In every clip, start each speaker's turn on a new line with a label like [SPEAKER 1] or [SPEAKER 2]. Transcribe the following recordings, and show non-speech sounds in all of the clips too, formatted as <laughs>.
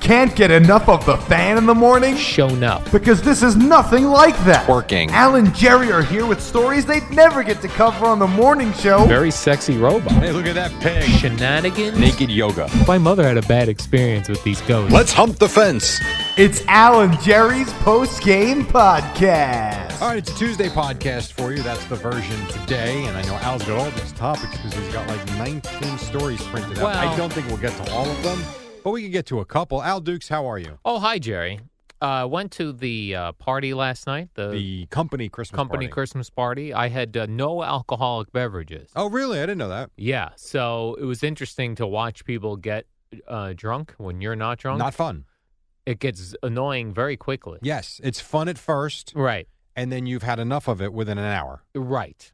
[SPEAKER 1] Can't get enough of the fan in the morning?
[SPEAKER 2] shown up.
[SPEAKER 1] Because this is nothing like that.
[SPEAKER 3] Working.
[SPEAKER 1] Al and Jerry are here with stories they'd never get to cover on the morning show.
[SPEAKER 2] Very sexy robot.
[SPEAKER 3] Hey, look at that pig.
[SPEAKER 2] Shenanigans.
[SPEAKER 3] Naked yoga.
[SPEAKER 2] My mother had a bad experience with these ghosts.
[SPEAKER 3] Let's hump the fence.
[SPEAKER 1] It's Al and Jerry's post game podcast.
[SPEAKER 3] All right, it's a Tuesday podcast for you. That's the version today. And I know Al's got all these topics because he's got like 19 stories printed out.
[SPEAKER 2] Wow.
[SPEAKER 3] I don't think we'll get to all of them, but we can get to a couple. Al Dukes, how are you?
[SPEAKER 2] Oh, hi, Jerry. Uh, went to the uh, party last night, the,
[SPEAKER 3] The company Christmas
[SPEAKER 2] Uh, company
[SPEAKER 3] party.
[SPEAKER 2] Christmas party. I had uh, no alcoholic beverages.
[SPEAKER 3] Oh, really? I didn't know that.
[SPEAKER 2] Yeah, so it was interesting to watch people get uh, drunk when you're not drunk.
[SPEAKER 3] Not fun.
[SPEAKER 2] it gets annoying very quickly.
[SPEAKER 3] Yes, it's fun at first,
[SPEAKER 2] Right,
[SPEAKER 3] and then you've had enough of it within an hour.
[SPEAKER 2] right.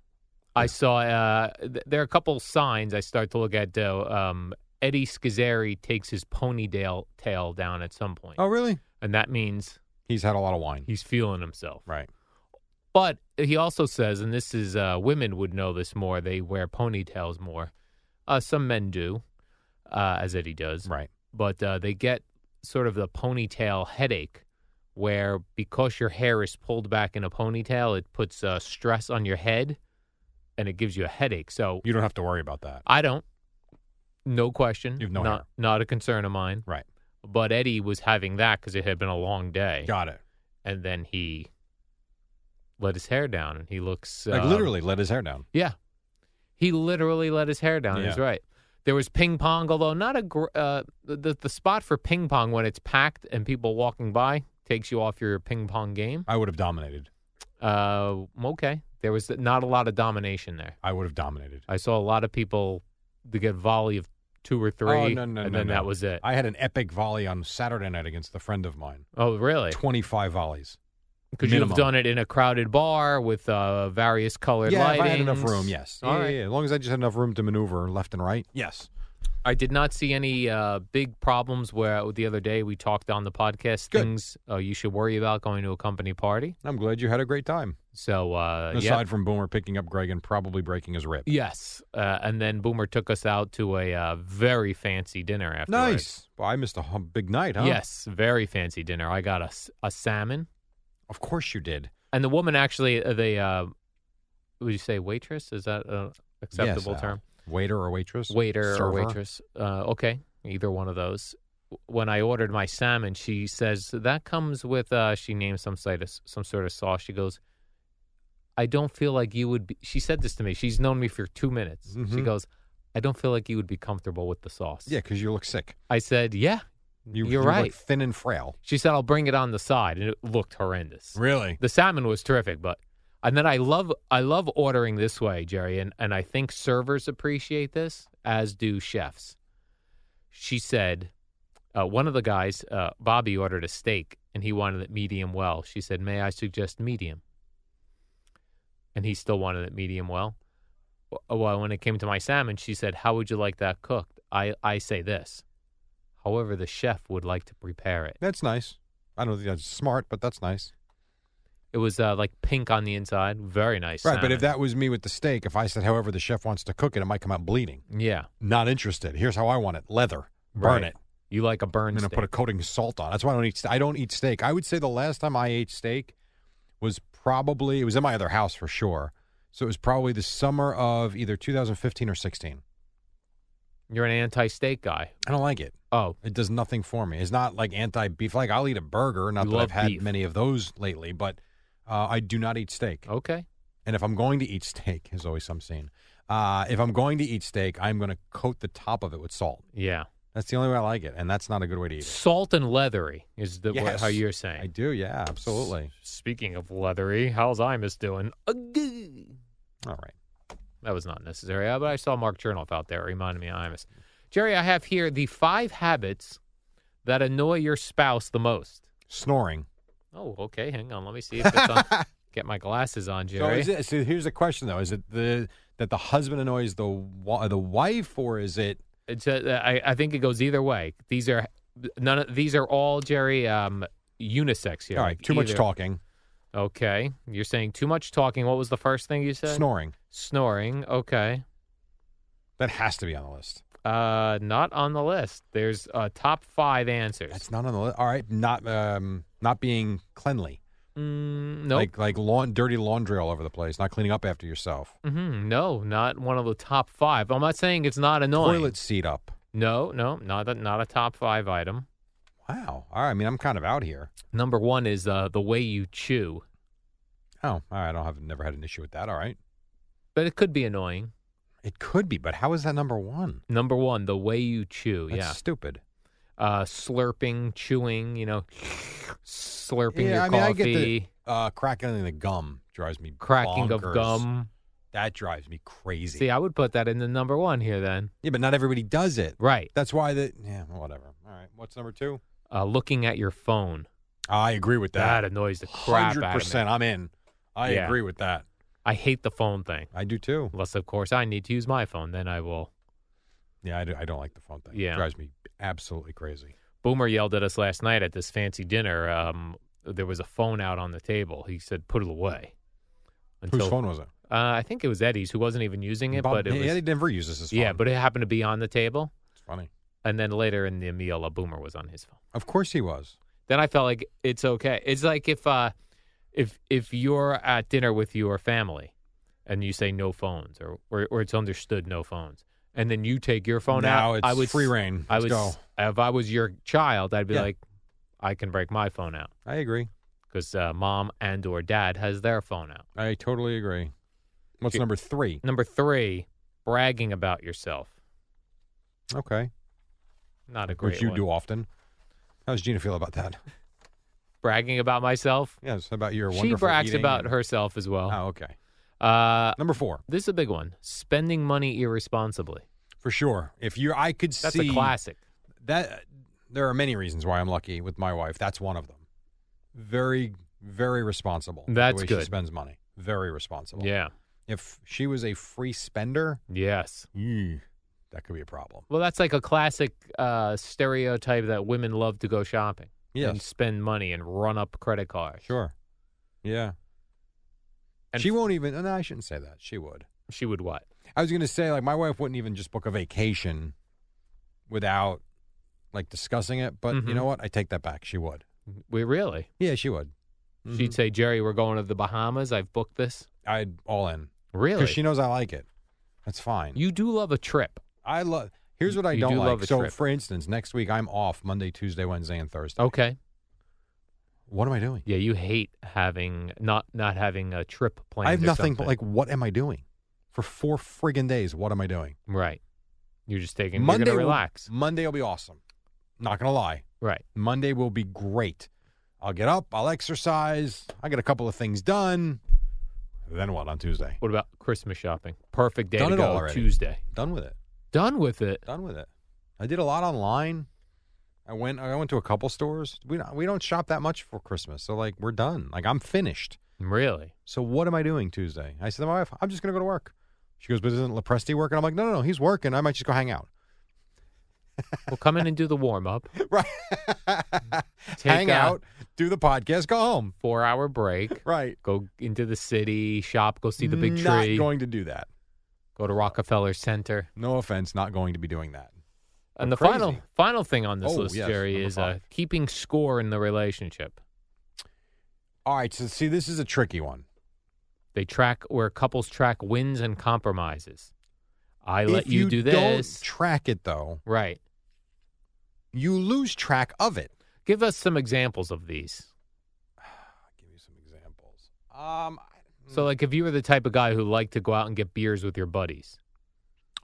[SPEAKER 2] I saw, uh, th- there are a couple signs I start to look at, though. Um, Eddie Schizzeri takes his ponytail tail down at some point.
[SPEAKER 3] Oh, really?
[SPEAKER 2] and that means
[SPEAKER 3] He's had a lot of wine.
[SPEAKER 2] he's feeling himself.
[SPEAKER 3] Right.
[SPEAKER 2] But he also says, and this is uh, women would know this more. They wear ponytails more. Uh, some men do, uh, as Eddie does.
[SPEAKER 3] Right.
[SPEAKER 2] But uh, they get sort of the ponytail headache, where because your hair is pulled back in a ponytail, it puts uh, stress on your head, and it gives you a headache. So
[SPEAKER 3] You don't have to worry about that.
[SPEAKER 2] I don't. No question.
[SPEAKER 3] You've no
[SPEAKER 2] not
[SPEAKER 3] hair.
[SPEAKER 2] not a concern of mine.
[SPEAKER 3] Right.
[SPEAKER 2] But Eddie was having that because it had been a long day
[SPEAKER 3] Got it.
[SPEAKER 2] and then he let his hair down and he looks
[SPEAKER 3] Like
[SPEAKER 2] um,
[SPEAKER 3] literally let his hair down.
[SPEAKER 2] yeah he literally let his hair down he's
[SPEAKER 3] Yeah.
[SPEAKER 2] right there was ping pong although not a gr- uh, the- the, the spot for ping pong when it's packed and people walking by takes you off your ping pong game
[SPEAKER 3] I would have dominated.
[SPEAKER 2] uh, okay there was not a lot of domination there
[SPEAKER 3] I would have dominated.
[SPEAKER 2] i saw a lot of people to get volley of two or three,
[SPEAKER 3] Oh, no, no,
[SPEAKER 2] and
[SPEAKER 3] no,
[SPEAKER 2] then
[SPEAKER 3] no.
[SPEAKER 2] that was it
[SPEAKER 3] I had an epic volley on Saturday night against a friend of mine.
[SPEAKER 2] oh really
[SPEAKER 3] 25 volleys.
[SPEAKER 2] could you have
[SPEAKER 3] minimum.
[SPEAKER 2] done it in a crowded bar with uh, various colored
[SPEAKER 3] yeah,
[SPEAKER 2] lighting
[SPEAKER 3] if I had enough room, yes.
[SPEAKER 2] All
[SPEAKER 3] yeah,
[SPEAKER 2] right.
[SPEAKER 3] yeah, yeah. As long as I just had enough room to maneuver left and right. Yes.
[SPEAKER 2] I did not see any uh, big problems where uh, the other day we talked on the podcast
[SPEAKER 3] Good.
[SPEAKER 2] things uh, you should worry about going to a company party.
[SPEAKER 3] I'm glad you had a great time.
[SPEAKER 2] So, uh, yeah.
[SPEAKER 3] Aside from Boomer picking up Greg and probably breaking his rib.
[SPEAKER 2] Yes. Uh, and then Boomer took us out to a uh, very fancy dinner afterwards.
[SPEAKER 3] Nice. Well, I missed a hum- big night, huh?
[SPEAKER 2] Yes, very fancy dinner. I got a, s- a salmon.
[SPEAKER 3] Of course you did.
[SPEAKER 2] And the woman actually, uh, the, uh, would you say waitress? Is that an acceptable
[SPEAKER 3] Yes, uh, Al.
[SPEAKER 2] term?
[SPEAKER 3] Waiter or waitress?
[SPEAKER 2] waiter
[SPEAKER 3] Server?
[SPEAKER 2] or waitress. Uh, okay, either one of those. When I ordered my salmon, she says that comes with. Uh, she names some side of, some sort of sauce. She goes, "I don't feel like you would." be She said this to me. She's known me for two minutes. She
[SPEAKER 3] Mhm.
[SPEAKER 2] goes, "I don't feel like you would be comfortable with the sauce."
[SPEAKER 3] Yeah, because you look sick.
[SPEAKER 2] I said, "Yeah."
[SPEAKER 3] You,
[SPEAKER 2] You're
[SPEAKER 3] you look
[SPEAKER 2] right.
[SPEAKER 3] thin and frail.
[SPEAKER 2] She said, "I'll bring it on the side," and it looked horrendous.
[SPEAKER 3] Really?
[SPEAKER 2] The salmon was terrific, but and then I love I love ordering this way, Jerry, and, and I think servers appreciate this, as do chefs. She said, uh, one of the guys, uh, Bobby, ordered a steak and he wanted it medium well. She said, "May I suggest medium?" And he still wanted it medium well. W- Well, when it came to my salmon, she said, "How would you like that cooked?" I I say this. However, the chef would like to prepare it.
[SPEAKER 3] That's nice. I don't think that's smart, but that's nice.
[SPEAKER 2] It was uh, like pink on the inside. Very nice.
[SPEAKER 3] Right, but if
[SPEAKER 2] salmon.
[SPEAKER 3] that was me with the steak, if I said however the chef wants to cook it, it might come out bleeding.
[SPEAKER 2] yeah,
[SPEAKER 3] Not interested. Here's how I want it: leather,
[SPEAKER 2] right.
[SPEAKER 3] burn it.
[SPEAKER 2] You like a burn?
[SPEAKER 3] I'm gonna put a coating of salt on. That's why I don't eat. st- I don't eat steak. I would say the last time I ate steak was probably it was in my other house for sure. So it was probably the summer of either 2015 or 16.
[SPEAKER 2] You're an anti-steak guy.
[SPEAKER 3] I don't like it.
[SPEAKER 2] Oh,
[SPEAKER 3] It does nothing for me. It's not like anti beef. Like I'll eat a burger. Not
[SPEAKER 2] You
[SPEAKER 3] that
[SPEAKER 2] love
[SPEAKER 3] I've had
[SPEAKER 2] beef.
[SPEAKER 3] many of those lately, but uh, I do not eat steak.
[SPEAKER 2] okay.
[SPEAKER 3] And if I'm going to eat steak, there's always some scene. Uh, if I'm going to eat steak, I'm going to coat the top of it with salt.
[SPEAKER 2] Yeah,
[SPEAKER 3] That's the only way I like it, and that's not a good way to eat it.
[SPEAKER 2] salt and leathery is the what, how
[SPEAKER 3] Yes,
[SPEAKER 2] you're
[SPEAKER 3] I
[SPEAKER 2] saying.
[SPEAKER 3] do, yeah, absolutely.
[SPEAKER 2] Speaking of leathery, how's Imus doing?
[SPEAKER 3] All right.
[SPEAKER 2] That was not necessary, uh, but I saw Mark Chernoff out there. It reminded me of Imus. Jerry, I have here the five habits that annoy your spouse the most.
[SPEAKER 3] Snoring.
[SPEAKER 2] Oh, okay. Hang on. Let me see if it's on. Get my glasses on,
[SPEAKER 3] So,
[SPEAKER 2] Jerry.
[SPEAKER 3] is it, so here's the question though: Is it the that the husband annoys the wa- the wife, or is it
[SPEAKER 2] It's a, I, I think it goes either way. These are none. Of, these are all Jerry um, unisex here.
[SPEAKER 3] all right?
[SPEAKER 2] like
[SPEAKER 3] Too much
[SPEAKER 2] either-
[SPEAKER 3] talking,
[SPEAKER 2] Okay, you're saying too much talking. What was the first thing you said?
[SPEAKER 3] snoring.
[SPEAKER 2] Snoring. Okay.
[SPEAKER 3] That has to be on the list.
[SPEAKER 2] Uh, not on the list. There's uh, top five answers.
[SPEAKER 3] That's not on the list. All right, not um, not being cleanly,
[SPEAKER 2] Mm, nope.
[SPEAKER 3] like like lawn, dirty laundry all over the place, not cleaning up after yourself,
[SPEAKER 2] hmm No, not one of the top five. I'm not saying it's not annoying.
[SPEAKER 3] toilet seat up.
[SPEAKER 2] No, no, not a, not a top five item.
[SPEAKER 3] Wow. All right. I mean, I'm kind of out here.
[SPEAKER 2] Number one is uh, the way you chew,
[SPEAKER 3] Oh, all right. I don't have never had an issue with that. All right.
[SPEAKER 2] but it could be annoying.
[SPEAKER 3] It could be, but how is that number one?
[SPEAKER 2] Number one, the way you chew.
[SPEAKER 3] That's
[SPEAKER 2] yeah.
[SPEAKER 3] stupid.
[SPEAKER 2] uh, slurping, chewing, you know, slurping your
[SPEAKER 3] yeah, I mean,
[SPEAKER 2] coffee,
[SPEAKER 3] I get the uh, cracking the gum drives me
[SPEAKER 2] cracking of
[SPEAKER 3] bonkers.
[SPEAKER 2] gum.
[SPEAKER 3] That drives me crazy.
[SPEAKER 2] See, I would put that in the number one here then.
[SPEAKER 3] yeah, but not everybody does it.
[SPEAKER 2] Right.
[SPEAKER 3] That's why the yeah, whatever. All right. What's number two?
[SPEAKER 2] Uh, looking at your phone.
[SPEAKER 3] I agree with
[SPEAKER 2] That
[SPEAKER 3] that.
[SPEAKER 2] annoys the crap
[SPEAKER 3] Hundred
[SPEAKER 2] out of me.
[SPEAKER 3] percent. I'm in. I
[SPEAKER 2] Yeah.
[SPEAKER 3] agree with that.
[SPEAKER 2] I hate the phone thing.
[SPEAKER 3] I do too.
[SPEAKER 2] Unless, of course, I need to use my phone. Then I will.
[SPEAKER 3] Yeah, I, do, I don't like the phone thing.
[SPEAKER 2] Yeah.
[SPEAKER 3] it drives me absolutely crazy.
[SPEAKER 2] Boomer yelled at us last night at this fancy dinner. Um, there was a phone out on the table. He said, put it away.
[SPEAKER 3] Whose phone was it?
[SPEAKER 2] Uh, I think it was Eddie's, who wasn't even using it,
[SPEAKER 3] Bob-
[SPEAKER 2] but it was.
[SPEAKER 3] yeah, he never uses his phone.
[SPEAKER 2] yeah, but it happened to be on the table.
[SPEAKER 3] it's funny.
[SPEAKER 2] And then later in the meal, a boomer was on his phone.
[SPEAKER 3] Of course he was.
[SPEAKER 2] Then I felt like it's okay. It's like if uh, if if you're at dinner with your family, and you say no phones, or or, or it's understood no phones, and then you take your phone
[SPEAKER 3] now
[SPEAKER 2] out.
[SPEAKER 3] it's
[SPEAKER 2] I would
[SPEAKER 3] free
[SPEAKER 2] s-
[SPEAKER 3] reign.
[SPEAKER 2] I
[SPEAKER 3] Let's
[SPEAKER 2] would
[SPEAKER 3] go.
[SPEAKER 2] s- if I was your child, I'd be
[SPEAKER 3] Yeah.
[SPEAKER 2] like, I can break my phone out
[SPEAKER 3] I agree.
[SPEAKER 2] because uh, mom and or dad has their phone out.
[SPEAKER 3] I totally agree. What's
[SPEAKER 2] Okay.
[SPEAKER 3] number three?
[SPEAKER 2] Number three, bragging about yourself.
[SPEAKER 3] Okay,
[SPEAKER 2] Not a great
[SPEAKER 3] which you
[SPEAKER 2] one.
[SPEAKER 3] do often. How does Gina feel about that?
[SPEAKER 2] Bragging about myself.
[SPEAKER 3] Yes, about your
[SPEAKER 2] She
[SPEAKER 3] wonderful.
[SPEAKER 2] brags
[SPEAKER 3] eating
[SPEAKER 2] about
[SPEAKER 3] and-
[SPEAKER 2] herself as well.
[SPEAKER 3] Oh, okay.
[SPEAKER 2] Uh,
[SPEAKER 3] Number four
[SPEAKER 2] This is a big one. Spending money irresponsibly.
[SPEAKER 3] for sure. If you, I could
[SPEAKER 2] That's
[SPEAKER 3] see
[SPEAKER 2] a classic.
[SPEAKER 3] that. There are many reasons why I'm lucky with my wife. That's one of them. Very, very responsible. the
[SPEAKER 2] That's
[SPEAKER 3] way She
[SPEAKER 2] good.
[SPEAKER 3] spends money. Very responsible.
[SPEAKER 2] Yeah.
[SPEAKER 3] If she was a free spender,
[SPEAKER 2] Yes.
[SPEAKER 3] eeh, that could be a problem.
[SPEAKER 2] Well, that's like a classic uh, stereotype that women love to go shopping and
[SPEAKER 3] Yes.
[SPEAKER 2] spend money and run up credit cards.
[SPEAKER 3] Sure. Yeah.
[SPEAKER 2] And
[SPEAKER 3] she won't even. No, I shouldn't say that. She would.
[SPEAKER 2] She would what?
[SPEAKER 3] I was going to say, like, my wife wouldn't even just book a vacation without, like, discussing it. But
[SPEAKER 2] Mhm.
[SPEAKER 3] you know what? I take that back. She would.
[SPEAKER 2] We really?
[SPEAKER 3] Yeah, she would. Mm-hmm.
[SPEAKER 2] She'd say, Jerry, we're going to the Bahamas. I've booked this.
[SPEAKER 3] I'd all in
[SPEAKER 2] Really?
[SPEAKER 3] because she knows I like it. That's fine.
[SPEAKER 2] you do love a trip.
[SPEAKER 3] I love. Here's what I
[SPEAKER 2] You
[SPEAKER 3] don't
[SPEAKER 2] do
[SPEAKER 3] like.
[SPEAKER 2] love a
[SPEAKER 3] so,
[SPEAKER 2] trip. Oh.
[SPEAKER 3] for instance, next week I'm off Monday, Tuesday, Wednesday, and Thursday.
[SPEAKER 2] Okay.
[SPEAKER 3] What am I doing?
[SPEAKER 2] Yeah, you hate having not not having a trip planned.
[SPEAKER 3] I have
[SPEAKER 2] or
[SPEAKER 3] nothing.
[SPEAKER 2] something.
[SPEAKER 3] Like, what am I doing for four friggin' days? What am I doing?
[SPEAKER 2] right. You're just taking
[SPEAKER 3] Monday,
[SPEAKER 2] Monday.
[SPEAKER 3] will-
[SPEAKER 2] relax.
[SPEAKER 3] Monday will be awesome. Not gonna lie.
[SPEAKER 2] Right.
[SPEAKER 3] Monday will be great. I'll get up, I'll exercise, I get a couple of things done. Then what on Tuesday?
[SPEAKER 2] What about Christmas shopping? Perfect day
[SPEAKER 3] Done
[SPEAKER 2] to
[SPEAKER 3] it
[SPEAKER 2] go.
[SPEAKER 3] all already.
[SPEAKER 2] Tuesday.
[SPEAKER 3] Done with it.
[SPEAKER 2] Done with it.
[SPEAKER 3] Done with it. I did a lot online. I went I went to a couple stores. We don't, we don't shop that much for Christmas. So like we're done. Like I'm finished.
[SPEAKER 2] Really?
[SPEAKER 3] So what am I doing Tuesday? I said to my wife, I'm just gonna go to work. She goes, but isn't Lepresti working? I'm like, no, no, no, he's working. I might just go hang out.
[SPEAKER 2] Well, come in and do the warm up,
[SPEAKER 3] <laughs> right. Hang
[SPEAKER 2] a-
[SPEAKER 3] out, do the podcast, go home.
[SPEAKER 2] four hour break,
[SPEAKER 3] Right.
[SPEAKER 2] go into the city, shop, go see the big
[SPEAKER 3] Not
[SPEAKER 2] tree,
[SPEAKER 3] going to do that.
[SPEAKER 2] go to Rockefeller Center.
[SPEAKER 3] No offense, not going to be doing that.
[SPEAKER 2] And the
[SPEAKER 3] We're
[SPEAKER 2] final
[SPEAKER 3] crazy.
[SPEAKER 2] final thing on this
[SPEAKER 3] Oh,
[SPEAKER 2] list,
[SPEAKER 3] yes,
[SPEAKER 2] Jerry,
[SPEAKER 3] number
[SPEAKER 2] is uh,
[SPEAKER 3] five.
[SPEAKER 2] keeping score in the relationship.
[SPEAKER 3] All right. So see, this is a tricky one.
[SPEAKER 2] They track where couples track wins and compromises. I let
[SPEAKER 3] if
[SPEAKER 2] you,
[SPEAKER 3] you
[SPEAKER 2] do
[SPEAKER 3] don't
[SPEAKER 2] this.
[SPEAKER 3] track it though,
[SPEAKER 2] right.
[SPEAKER 3] you lose track of it.
[SPEAKER 2] Give us some examples of these.
[SPEAKER 3] Give me some examples. Um. I-
[SPEAKER 2] So, like, if you were the type of guy who liked to go out and get beers with your buddies,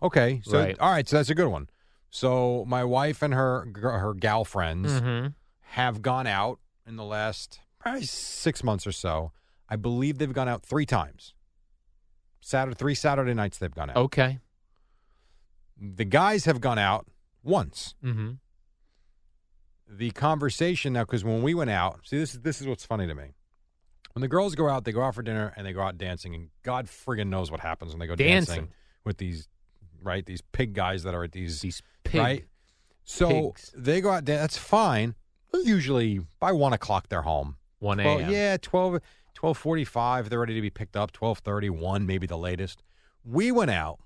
[SPEAKER 3] Okay. So
[SPEAKER 2] Right.
[SPEAKER 3] all right, so that's a good one. So my wife and her gr- her gal friends
[SPEAKER 2] mm-hmm.
[SPEAKER 3] have gone out in the last probably 6 months or so. I believe they've gone out 3 times. Saturday 3 Saturday nights they've gone out.
[SPEAKER 2] okay,
[SPEAKER 3] The guys have gone out once.
[SPEAKER 2] mm-hmm.
[SPEAKER 3] The conversation now cuz when we went out, see this is this is what's funny to me. When the girls go out, they go out for dinner and they go out dancing and God friggin' knows what happens when they go dancing,
[SPEAKER 2] Dancing.
[SPEAKER 3] with these right, these pig guys that are at these
[SPEAKER 2] these pig.
[SPEAKER 3] Right? So
[SPEAKER 2] Pigs.
[SPEAKER 3] they go out. da- That's fine. Usually by one o'clock they're home.
[SPEAKER 2] One
[SPEAKER 3] Well,
[SPEAKER 2] a.m.
[SPEAKER 3] yeah, 12, 12.45, They're ready to be picked up. 12.30, 1, maybe the latest. We went out.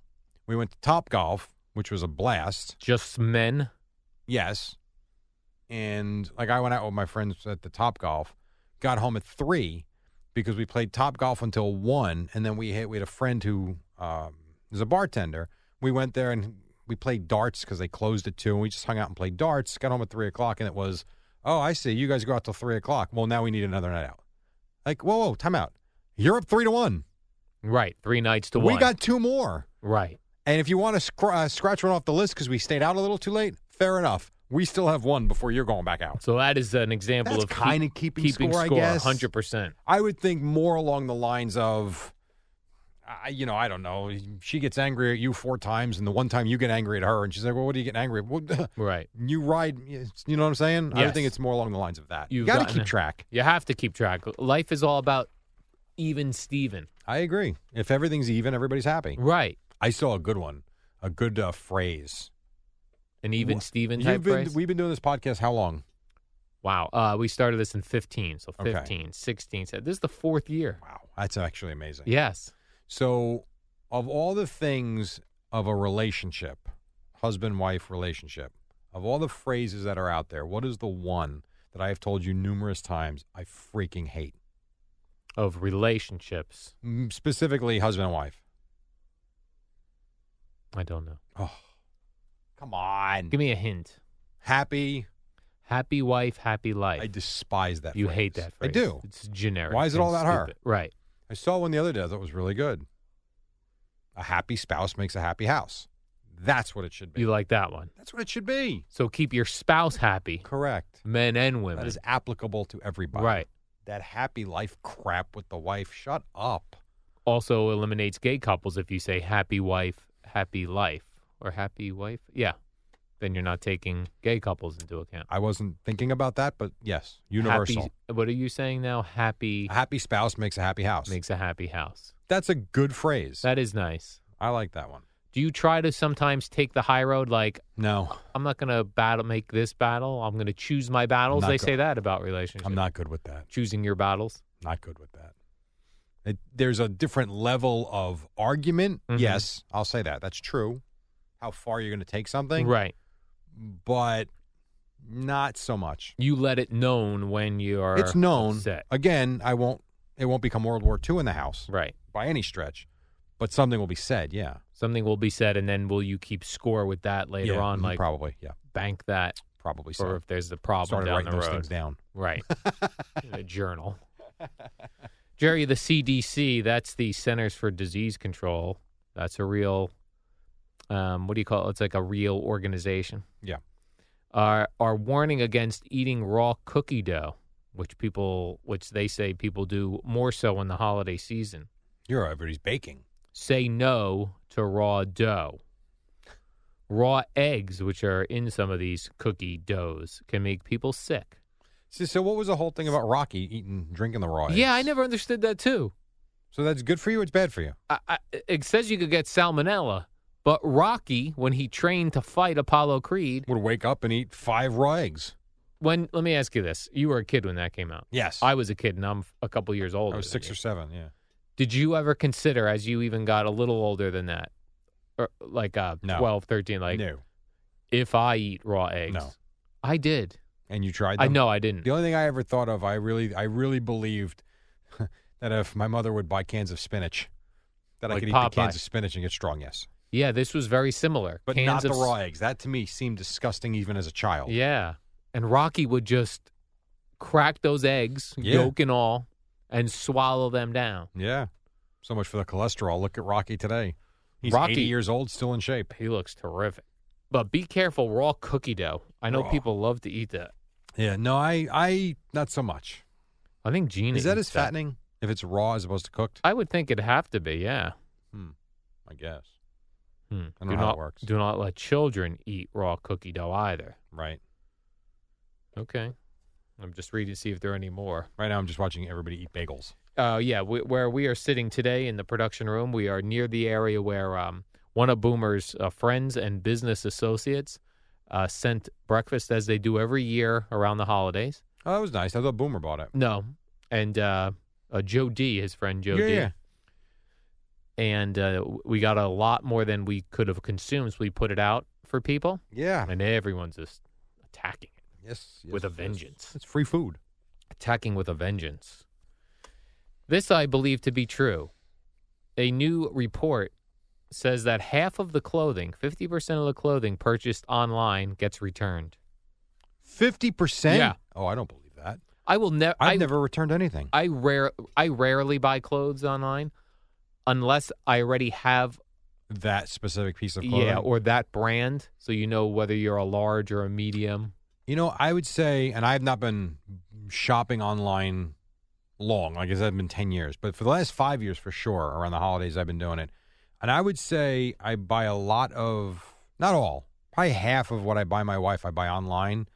[SPEAKER 3] We went to Top Golf, which was a blast.
[SPEAKER 2] just men.
[SPEAKER 3] Yes. And like I went out with my friends at the Top Golf. Got home at three because we played Top Golf until one, and then we hit. We had a friend who um, is a bartender. We went there and we played darts because they closed at two, and we just hung out and played darts. Got home at three o'clock, and it was, oh, I see, you guys go out till three o'clock. Well, now we need another night out. Like, whoa, whoa, time out. You're up three to one.
[SPEAKER 2] Right, three nights to
[SPEAKER 3] we
[SPEAKER 2] one.
[SPEAKER 3] got two more.
[SPEAKER 2] right.
[SPEAKER 3] And if you want to scr- uh, scratch one off the list because we stayed out a little too late, fair enough. We still have one before you're going back out.
[SPEAKER 2] So that is an example
[SPEAKER 3] That's
[SPEAKER 2] of keep-
[SPEAKER 3] kinda keeping
[SPEAKER 2] keeping
[SPEAKER 3] score, I guess.
[SPEAKER 2] Hundred percent.
[SPEAKER 3] I would think more along the lines of, I you know, I don't know. She gets angry at you four times, and the one time you get angry at her, and she's like, "Well, what are you getting angry at?" Well, <laughs>
[SPEAKER 2] Right.
[SPEAKER 3] you ride. You know what I'm saying? I would
[SPEAKER 2] Yes.
[SPEAKER 3] think it's more along the lines of that.
[SPEAKER 2] You've
[SPEAKER 3] you got to
[SPEAKER 2] gotten
[SPEAKER 3] keep
[SPEAKER 2] it.
[SPEAKER 3] track.
[SPEAKER 2] You have to keep track. Life is all about even Steven.
[SPEAKER 3] I agree. If everything's even, everybody's happy.
[SPEAKER 2] Right.
[SPEAKER 3] I saw a good one, a good uh, phrase.
[SPEAKER 2] An even
[SPEAKER 3] Wha-
[SPEAKER 2] Steven
[SPEAKER 3] You've
[SPEAKER 2] type
[SPEAKER 3] been-
[SPEAKER 2] phrase.
[SPEAKER 3] We've been doing this podcast how long?
[SPEAKER 2] wow. Uh, we started this in 15, so
[SPEAKER 3] Okay.
[SPEAKER 2] 15, 16. So this is the fourth year.
[SPEAKER 3] Wow, that's actually amazing.
[SPEAKER 2] Yes.
[SPEAKER 3] So, of all the things of a relationship, husband wife relationship, of all the phrases that are out there, what is the one that I have told you numerous times I freaking hate?
[SPEAKER 2] Of relationships.
[SPEAKER 3] Mm, Specifically, husband and wife.
[SPEAKER 2] I don't know.
[SPEAKER 3] Oh, come on.
[SPEAKER 2] Give me a hint.
[SPEAKER 3] Happy.
[SPEAKER 2] Happy wife, happy life.
[SPEAKER 3] I despise that.
[SPEAKER 2] you hate
[SPEAKER 3] phrase.
[SPEAKER 2] that phrase.
[SPEAKER 3] I do.
[SPEAKER 2] It's generic.
[SPEAKER 3] Why is it
[SPEAKER 2] and
[SPEAKER 3] all about her?
[SPEAKER 2] stupid. Right.
[SPEAKER 3] I saw one the other day that was really good. A happy spouse makes a happy house. That's what it should be.
[SPEAKER 2] You like that one.
[SPEAKER 3] That's what it should be.
[SPEAKER 2] So keep your spouse happy,
[SPEAKER 3] Correct.
[SPEAKER 2] men and women.
[SPEAKER 3] That is applicable to everybody.
[SPEAKER 2] right.
[SPEAKER 3] that happy life crap with the wife. Shut up.
[SPEAKER 2] Also eliminates gay couples if you say happy wife, happy life, or happy wife. Yeah. Then you're not taking gay couples into account.
[SPEAKER 3] I wasn't thinking about that, but yes, universal.
[SPEAKER 2] Happy, what are you saying now? Happy
[SPEAKER 3] A happy spouse makes a happy house.
[SPEAKER 2] makes a happy house.
[SPEAKER 3] That's a good phrase.
[SPEAKER 2] That is nice.
[SPEAKER 3] I like that one.
[SPEAKER 2] Do you try to sometimes take the high road? Like,
[SPEAKER 3] No,
[SPEAKER 2] I'm not going to battle, make this battle. I'm going to choose my battles.
[SPEAKER 3] not
[SPEAKER 2] They
[SPEAKER 3] go-
[SPEAKER 2] say that about relationships.
[SPEAKER 3] I'm not good with that.
[SPEAKER 2] choosing your battles.
[SPEAKER 3] Not good with that. It, there's a different level of argument.
[SPEAKER 2] Mhm.
[SPEAKER 3] Yes, I'll say that. That's true. How far you're going to take something,
[SPEAKER 2] Right.
[SPEAKER 3] but not so much.
[SPEAKER 2] You let it known when you are.
[SPEAKER 3] It's known.
[SPEAKER 2] upset.
[SPEAKER 3] Again, I won't. It won't become World War II in the house
[SPEAKER 2] Right.
[SPEAKER 3] by any stretch, but something will be said. Yeah.
[SPEAKER 2] Something will be said, and then will you keep score with that later
[SPEAKER 3] Yeah,
[SPEAKER 2] on?
[SPEAKER 3] mhm,
[SPEAKER 2] Like
[SPEAKER 3] probably, yeah,
[SPEAKER 2] bank that,
[SPEAKER 3] probably. So.
[SPEAKER 2] or if there's a problem
[SPEAKER 3] Started
[SPEAKER 2] down
[SPEAKER 3] writing
[SPEAKER 2] the
[SPEAKER 3] those
[SPEAKER 2] road.
[SPEAKER 3] things down. <laughs>
[SPEAKER 2] Right. In a journal. Jerry, the CDC, that's the Centers for Disease Control. That's a real, um, what do you call it? It's like a real organization.
[SPEAKER 3] Yeah.
[SPEAKER 2] Are, are warning against eating raw cookie dough, which people, which they say people do more so in the holiday season.
[SPEAKER 3] You're everybody's baking.
[SPEAKER 2] Say no to raw dough. Raw eggs, which are in some of these cookie doughs, can make people sick.
[SPEAKER 3] So, so what was the whole thing about Rocky eating, drinking the raw?
[SPEAKER 2] Yeah, I
[SPEAKER 3] eggs?
[SPEAKER 2] never understood that too.
[SPEAKER 3] So that's good for you. It's bad for you.
[SPEAKER 2] I, I, it says you could get salmonella, But Rocky, when he trained to fight Apollo Creed,
[SPEAKER 3] Would wake up and eat five raw eggs.
[SPEAKER 2] when let me ask you this: you were a kid when that came out.
[SPEAKER 3] Yes.
[SPEAKER 2] I was a kid, and I'm a couple years older.
[SPEAKER 3] I was
[SPEAKER 2] than
[SPEAKER 3] six
[SPEAKER 2] you.
[SPEAKER 3] or seven. Yeah.
[SPEAKER 2] Did you ever consider, as you even got a little older than that, or like uh,
[SPEAKER 3] No.
[SPEAKER 2] 12, 13, like
[SPEAKER 3] no.
[SPEAKER 2] if I eat raw eggs?
[SPEAKER 3] No.
[SPEAKER 2] I did.
[SPEAKER 3] And you tried.
[SPEAKER 2] I
[SPEAKER 3] them?
[SPEAKER 2] know I didn't.
[SPEAKER 3] The only thing I ever thought of, I really, I really believed <laughs> that if my mother would buy cans of spinach, that I
[SPEAKER 2] Like
[SPEAKER 3] could eat
[SPEAKER 2] Popeye.
[SPEAKER 3] the cans of spinach and get strong. Yes,
[SPEAKER 2] yeah, this was very similar.
[SPEAKER 3] but
[SPEAKER 2] Cans
[SPEAKER 3] not the
[SPEAKER 2] of s-
[SPEAKER 3] raw eggs. That to me seemed disgusting, even as a child.
[SPEAKER 2] Yeah. And Rocky would just crack those eggs,
[SPEAKER 3] Yeah.
[SPEAKER 2] yolk and all, and swallow them down.
[SPEAKER 3] Yeah. So much for the cholesterol. Look at Rocky today. He's
[SPEAKER 2] Rocky-
[SPEAKER 3] 80 years old, still in shape.
[SPEAKER 2] He looks terrific. But be careful, raw cookie dough. I know
[SPEAKER 3] Raw.
[SPEAKER 2] people love to eat that.
[SPEAKER 3] Yeah. No, I, I, not so much.
[SPEAKER 2] I think Gina
[SPEAKER 3] Is that
[SPEAKER 2] eats
[SPEAKER 3] as fattening if it's raw as opposed to cooked?
[SPEAKER 2] I would think it'd have to be, yeah.
[SPEAKER 3] I guess.
[SPEAKER 2] Hmm.
[SPEAKER 3] I don't
[SPEAKER 2] do
[SPEAKER 3] know how it
[SPEAKER 2] not
[SPEAKER 3] works.
[SPEAKER 2] do not let children eat raw cookie dough either.
[SPEAKER 3] Right.
[SPEAKER 2] Okay, I'm just reading to see if there are any more.
[SPEAKER 3] Right now, I'm just watching everybody eat bagels.
[SPEAKER 2] Uh, yeah, we, where we are sitting today in the production room, we are near the area where um, one of Boomer's uh, friends and business associates uh, sent breakfast as they do every year around the holidays.
[SPEAKER 3] Oh, that was nice. I thought Boomer bought it.
[SPEAKER 2] No, and uh, uh, Joe D, his friend Joe
[SPEAKER 3] yeah,
[SPEAKER 2] D,
[SPEAKER 3] yeah.
[SPEAKER 2] and uh, w- we got a lot more than we could have consumed. So we put it out for people,
[SPEAKER 3] Yeah.
[SPEAKER 2] and everyone's just attacking it,
[SPEAKER 3] Yes, yes,
[SPEAKER 2] With a
[SPEAKER 3] yes.
[SPEAKER 2] vengeance.
[SPEAKER 3] It's free food.
[SPEAKER 2] attacking with a vengeance. This I believe to be true. A new report says that half of the clothing, 50% of the clothing purchased online gets returned.
[SPEAKER 3] Fifty percent.
[SPEAKER 2] Yeah.
[SPEAKER 3] Oh, I don't believe that.
[SPEAKER 2] I will never
[SPEAKER 3] I've
[SPEAKER 2] I,
[SPEAKER 3] never returned anything.
[SPEAKER 2] I rare I rarely buy clothes online unless I already have
[SPEAKER 3] that specific piece of clothing.
[SPEAKER 2] yeah or that brand so you know whether you're a large or a medium.
[SPEAKER 3] you know, I would say, and I've not been shopping online long. Like I said, it's been ten years, but for the last five years, for sure, around the holidays, I've been doing it. And I would say I buy a lot of, not all, probably half of what I buy my wife, I buy online.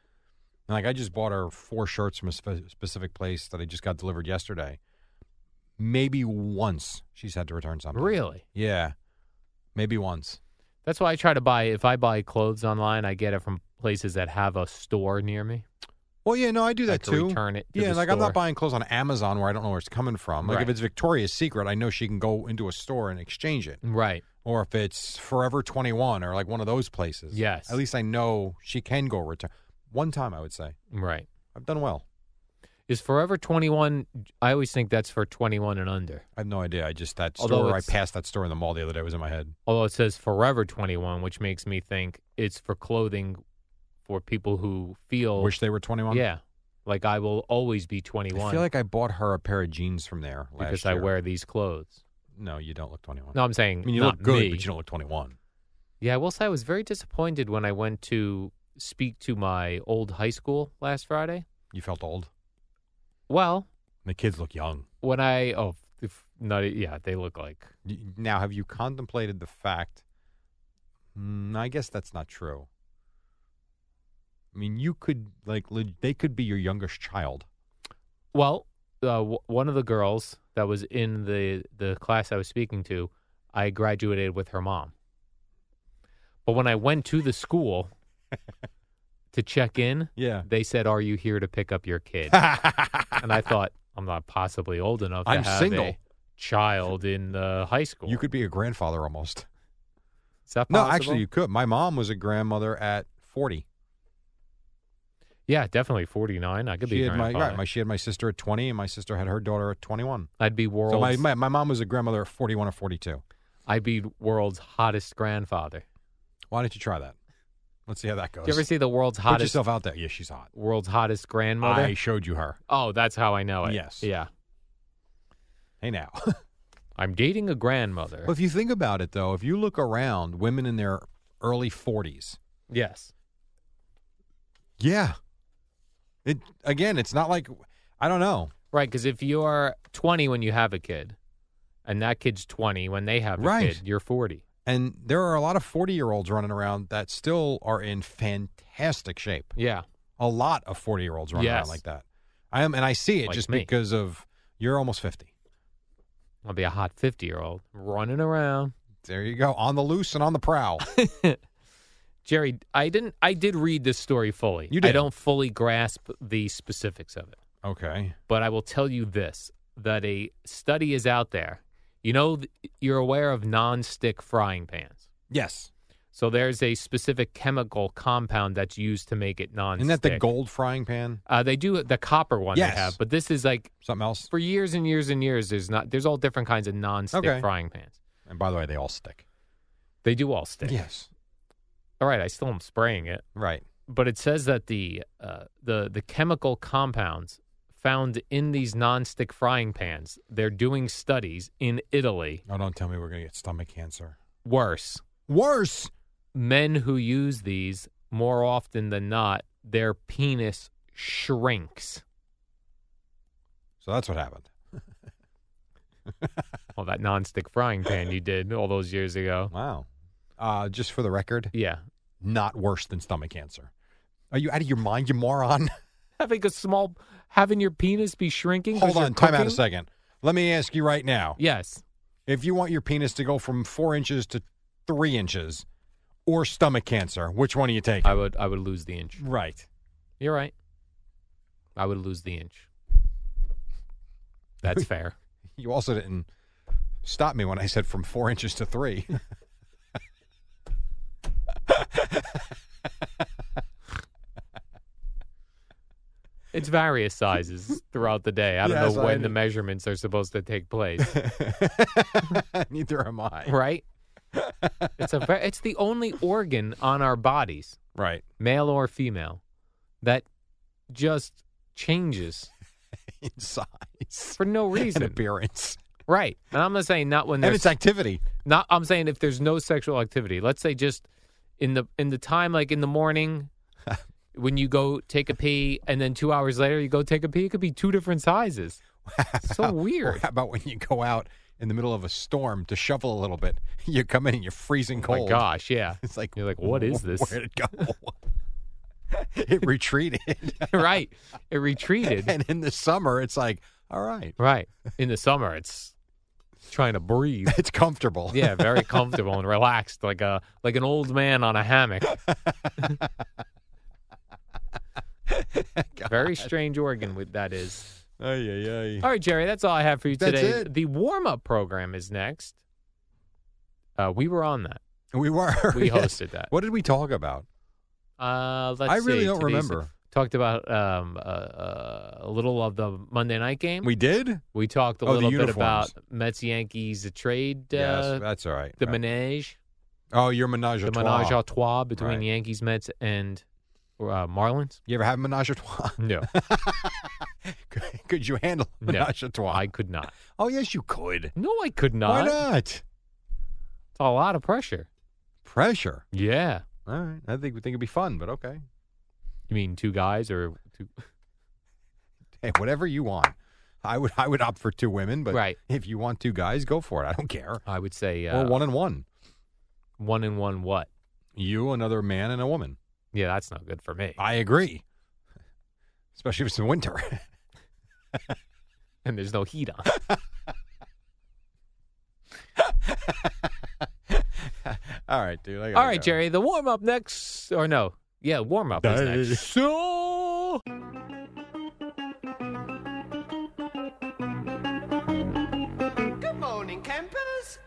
[SPEAKER 3] And like I just bought her four shirts from a spe- specific place that I just got delivered yesterday. Maybe once she's had to return something.
[SPEAKER 2] Really?
[SPEAKER 3] Yeah. Maybe once.
[SPEAKER 2] That's why I try to buy if I buy clothes online I get it from places that have a store near me.
[SPEAKER 3] Well, yeah, no, I do
[SPEAKER 2] I
[SPEAKER 3] that
[SPEAKER 2] could
[SPEAKER 3] too.
[SPEAKER 2] return it to
[SPEAKER 3] yeah,
[SPEAKER 2] the
[SPEAKER 3] like I'm
[SPEAKER 2] store.
[SPEAKER 3] not buying clothes on Amazon where I don't know where it's coming from. Like if
[SPEAKER 2] Right.
[SPEAKER 3] it's Victoria's Secret, I know she can go into a store and exchange it.
[SPEAKER 2] Right.
[SPEAKER 3] Or if it's Forever 21 or like one of those places.
[SPEAKER 2] Yes.
[SPEAKER 3] At least I know she can go return. One time, I would say.
[SPEAKER 2] Right.
[SPEAKER 3] I've done well.
[SPEAKER 2] Is Forever 21 I always think that's for 21 and under.
[SPEAKER 3] I have no idea. I just, that
[SPEAKER 2] Although
[SPEAKER 3] store, I
[SPEAKER 2] it's-
[SPEAKER 3] passed that store in the mall the other day, It was in my head.
[SPEAKER 2] Although it says Forever 21 which makes me think it's for clothing for people who feel
[SPEAKER 3] Wish they were 21.
[SPEAKER 2] Oh. Yeah. Like I will always be 21
[SPEAKER 3] I feel like I bought her a pair of jeans from there last
[SPEAKER 2] because I
[SPEAKER 3] year.
[SPEAKER 2] wear these clothes.
[SPEAKER 3] No, you don't look 21.
[SPEAKER 2] No, I'm saying
[SPEAKER 3] I mean, you
[SPEAKER 2] not
[SPEAKER 3] look good,
[SPEAKER 2] me.
[SPEAKER 3] but you don't look 21.
[SPEAKER 2] Yeah, I will say I was very disappointed when I went to speak to my old high school last Friday.
[SPEAKER 3] You felt old.
[SPEAKER 2] Well,
[SPEAKER 3] The kids look young.
[SPEAKER 2] when I oh if not yeah, they look like
[SPEAKER 3] Y- Now, have you contemplated the fact? Mm, I guess that's not true. I mean, you could like le- they could be your youngest child.
[SPEAKER 2] Well, uh, w- one of the girls that was in the the class I was speaking to, I graduated with her mom. But when I went to the school
[SPEAKER 3] <laughs>
[SPEAKER 2] to check in,
[SPEAKER 3] Yeah.
[SPEAKER 2] they said, "Are you here to pick up your
[SPEAKER 3] <laughs>
[SPEAKER 2] kid?" and I thought, I'm not possibly old enough. To
[SPEAKER 3] I'm
[SPEAKER 2] have
[SPEAKER 3] single.
[SPEAKER 2] A child in uh, high school.
[SPEAKER 3] you could be a grandfather almost. <laughs>
[SPEAKER 2] Is that
[SPEAKER 3] No,
[SPEAKER 2] possible?
[SPEAKER 3] actually, you could. My mom was a grandmother at forty.
[SPEAKER 2] yeah, definitely 49. I could
[SPEAKER 3] she
[SPEAKER 2] be
[SPEAKER 3] had my,
[SPEAKER 2] grandfather.
[SPEAKER 3] right, my she had my sister at twenty, and my sister had her daughter at twenty-one.
[SPEAKER 2] I'd be world's.
[SPEAKER 3] So my, my my mom was a grandmother at forty-one or forty-two.
[SPEAKER 2] I'd be world's hottest grandfather.
[SPEAKER 3] Why don't you try that? Let's see how that goes.
[SPEAKER 2] Did you ever see the world's
[SPEAKER 3] Put
[SPEAKER 2] hottest
[SPEAKER 3] yourself out there. Yeah, she's hot.
[SPEAKER 2] world's hottest grandmother?
[SPEAKER 3] I showed you her.
[SPEAKER 2] Oh, that's how I know it.
[SPEAKER 3] Yes.
[SPEAKER 2] Yeah.
[SPEAKER 3] Hey now.
[SPEAKER 2] I'm dating a grandmother.
[SPEAKER 3] Well, if you think about it, though, if you look around, women in their early 40s.
[SPEAKER 2] yes.
[SPEAKER 3] Yeah. It again, it's not like I don't know.
[SPEAKER 2] Right. Because if you're 20 when you have a kid, and that kid's 20 when they have a
[SPEAKER 3] Right.
[SPEAKER 2] kid, you're 40.
[SPEAKER 3] And there are a lot of 40-year-olds running around that still are in fantastic shape.
[SPEAKER 2] Yeah.
[SPEAKER 3] A lot of 40-year-olds running around
[SPEAKER 2] Yes.
[SPEAKER 3] like that. I am and I see it
[SPEAKER 2] Like
[SPEAKER 3] just
[SPEAKER 2] me.
[SPEAKER 3] because of you're almost 50.
[SPEAKER 2] I'll be a hot 50 year old running around.
[SPEAKER 3] There you go. On the loose and on
[SPEAKER 2] <laughs>
[SPEAKER 3] the prowl.
[SPEAKER 2] Jerry, I didn't. I did read this story fully.
[SPEAKER 3] You
[SPEAKER 2] I
[SPEAKER 3] did.
[SPEAKER 2] don't fully grasp the specifics of it,
[SPEAKER 3] okay.
[SPEAKER 2] but I will tell you this: that a study is out there. You know, th- you're aware of non-stick frying pans.
[SPEAKER 3] Yes.
[SPEAKER 2] So there's a specific chemical compound that's used to make it non-stick.
[SPEAKER 3] Isn't that the gold frying pan?
[SPEAKER 2] Uh, they do the copper one
[SPEAKER 3] Yes.
[SPEAKER 2] they have, but this is like
[SPEAKER 3] Something else?
[SPEAKER 2] for years and years and years. There's not. There's all different kinds of non-stick
[SPEAKER 3] Okay.
[SPEAKER 2] frying pans.
[SPEAKER 3] And by the way, they all stick.
[SPEAKER 2] They do all stick.
[SPEAKER 3] Yes.
[SPEAKER 2] All right, I still am spraying it.
[SPEAKER 3] Right.
[SPEAKER 2] but it says that the uh, the the chemical compounds found in these nonstick frying pans they're doing studies in Italy
[SPEAKER 3] Oh, don't tell me we're going to get stomach cancer.
[SPEAKER 2] worse
[SPEAKER 3] Worse.
[SPEAKER 2] men who use these more often than not their penis shrinks
[SPEAKER 3] So that's what happened.
[SPEAKER 2] well that nonstick frying pan you did all those years ago
[SPEAKER 3] Wow. Uh, just for the record,
[SPEAKER 2] yeah
[SPEAKER 3] not worse than stomach cancer. Are you out of your mind, you
[SPEAKER 2] <laughs>
[SPEAKER 3] moron?
[SPEAKER 2] having a small having your penis be shrinking 'cause
[SPEAKER 3] Hold on.
[SPEAKER 2] you're
[SPEAKER 3] Time out a
[SPEAKER 2] cooking?
[SPEAKER 3] second. Let me ask you right now.
[SPEAKER 2] yes
[SPEAKER 3] If you want your penis to go from four inches to three inches or stomach cancer, which one are you taking?
[SPEAKER 2] i would i would lose the inch
[SPEAKER 3] right.
[SPEAKER 2] You're Uh, right. I would lose the inch. <laughs> That's fair.
[SPEAKER 3] You also didn't stop me when I said from four inches
[SPEAKER 2] <laughs>
[SPEAKER 3] to three.
[SPEAKER 2] It's various sizes throughout the day. I don't
[SPEAKER 3] Yes,
[SPEAKER 2] know
[SPEAKER 3] I
[SPEAKER 2] when the
[SPEAKER 3] know.
[SPEAKER 2] measurements are supposed to take
[SPEAKER 3] <laughs>
[SPEAKER 2] place,
[SPEAKER 3] Neither am I. <laughs>
[SPEAKER 2] right? It's a ver- it's the only organ on our bodies,
[SPEAKER 3] Right.
[SPEAKER 2] male or female, that just changes
[SPEAKER 3] In size
[SPEAKER 2] for no
[SPEAKER 3] <laughs> and
[SPEAKER 2] reason.
[SPEAKER 3] appearance.
[SPEAKER 2] Right. And I'm not saying not when
[SPEAKER 3] And
[SPEAKER 2] there's
[SPEAKER 3] its activity.
[SPEAKER 2] not I'm saying if there's no sexual activity, let's say just in the in the time like in the
[SPEAKER 3] <laughs>
[SPEAKER 2] morning when you go take a pee and then 2 hours later you go take a pee, it could be two different sizes.
[SPEAKER 3] <laughs>
[SPEAKER 2] So
[SPEAKER 3] Or
[SPEAKER 2] weird.
[SPEAKER 3] how about when you go out in the middle of a storm to shovel a little bit? <laughs> You come in and you're freezing
[SPEAKER 2] Oh
[SPEAKER 3] cold.
[SPEAKER 2] my gosh,
[SPEAKER 3] <laughs>
[SPEAKER 2] yeah.
[SPEAKER 3] It's like
[SPEAKER 2] You're like, what
[SPEAKER 3] <laughs>
[SPEAKER 2] is this?
[SPEAKER 3] Where'd it go?
[SPEAKER 2] <laughs>
[SPEAKER 3] it retreated.
[SPEAKER 2] right. It retreated.
[SPEAKER 3] and in the summer, it's like, all right,
[SPEAKER 2] Right. In the summer it's trying to breathe.
[SPEAKER 3] it's comfortable.
[SPEAKER 2] Yeah, very comfortable and relaxed like a like an old man on a
[SPEAKER 3] <laughs>
[SPEAKER 2] hammock. Very strange organ with that is.
[SPEAKER 3] <laughs> Ay, ay, ay.
[SPEAKER 2] All right, Jerry, that's all I have for you
[SPEAKER 3] That's
[SPEAKER 2] today.
[SPEAKER 3] it.
[SPEAKER 2] The warm up program is next. Uh, we were on that.
[SPEAKER 3] We were.
[SPEAKER 2] We
[SPEAKER 3] <laughs> yes.
[SPEAKER 2] hosted that.
[SPEAKER 3] What did we talk about?
[SPEAKER 2] Uh, let's
[SPEAKER 3] I really
[SPEAKER 2] see,
[SPEAKER 3] don't
[SPEAKER 2] today's-
[SPEAKER 3] remember.
[SPEAKER 2] Talked about um, uh, uh, a little of the Monday night game.
[SPEAKER 3] We did?
[SPEAKER 2] we talked a
[SPEAKER 3] Oh, the
[SPEAKER 2] little bit about
[SPEAKER 3] uniforms.
[SPEAKER 2] Mets Yankees, the trade, uh,
[SPEAKER 3] yes, that's all right.
[SPEAKER 2] the
[SPEAKER 3] Right.
[SPEAKER 2] menage,
[SPEAKER 3] Oh, your menage a
[SPEAKER 2] the
[SPEAKER 3] trois.
[SPEAKER 2] menage a trois between
[SPEAKER 3] Right.
[SPEAKER 2] Yankees, Mets, and uh, Marlins.
[SPEAKER 3] You ever have menage a trois?
[SPEAKER 2] No,
[SPEAKER 3] <laughs> Could- could you handle
[SPEAKER 2] No.
[SPEAKER 3] menage a trois?
[SPEAKER 2] I could not.
[SPEAKER 3] oh, yes, you could.
[SPEAKER 2] No, I could not.
[SPEAKER 3] Why not?
[SPEAKER 2] It's a lot of pressure.
[SPEAKER 3] Pressure.
[SPEAKER 2] Yeah.
[SPEAKER 3] All right. I think we think it'd be fun, but okay.
[SPEAKER 2] You mean two guys or two?
[SPEAKER 3] Hey, whatever you want. I would I would opt for two women, but
[SPEAKER 2] Right.
[SPEAKER 3] if you want two guys, go for it. I don't care.
[SPEAKER 2] I would say
[SPEAKER 3] Or
[SPEAKER 2] uh,
[SPEAKER 3] one and one.
[SPEAKER 2] one and one what?
[SPEAKER 3] You, another man, and a woman.
[SPEAKER 2] Yeah, that's not good for me.
[SPEAKER 3] I agree. Especially if it's in winter. <laughs>
[SPEAKER 2] And there's no heat on.
[SPEAKER 3] All right, dude. I gotta
[SPEAKER 2] All right,
[SPEAKER 3] go.
[SPEAKER 2] Jerry, the warm up next, or no? Yeah, warm up is
[SPEAKER 3] Nice.
[SPEAKER 2] next. So,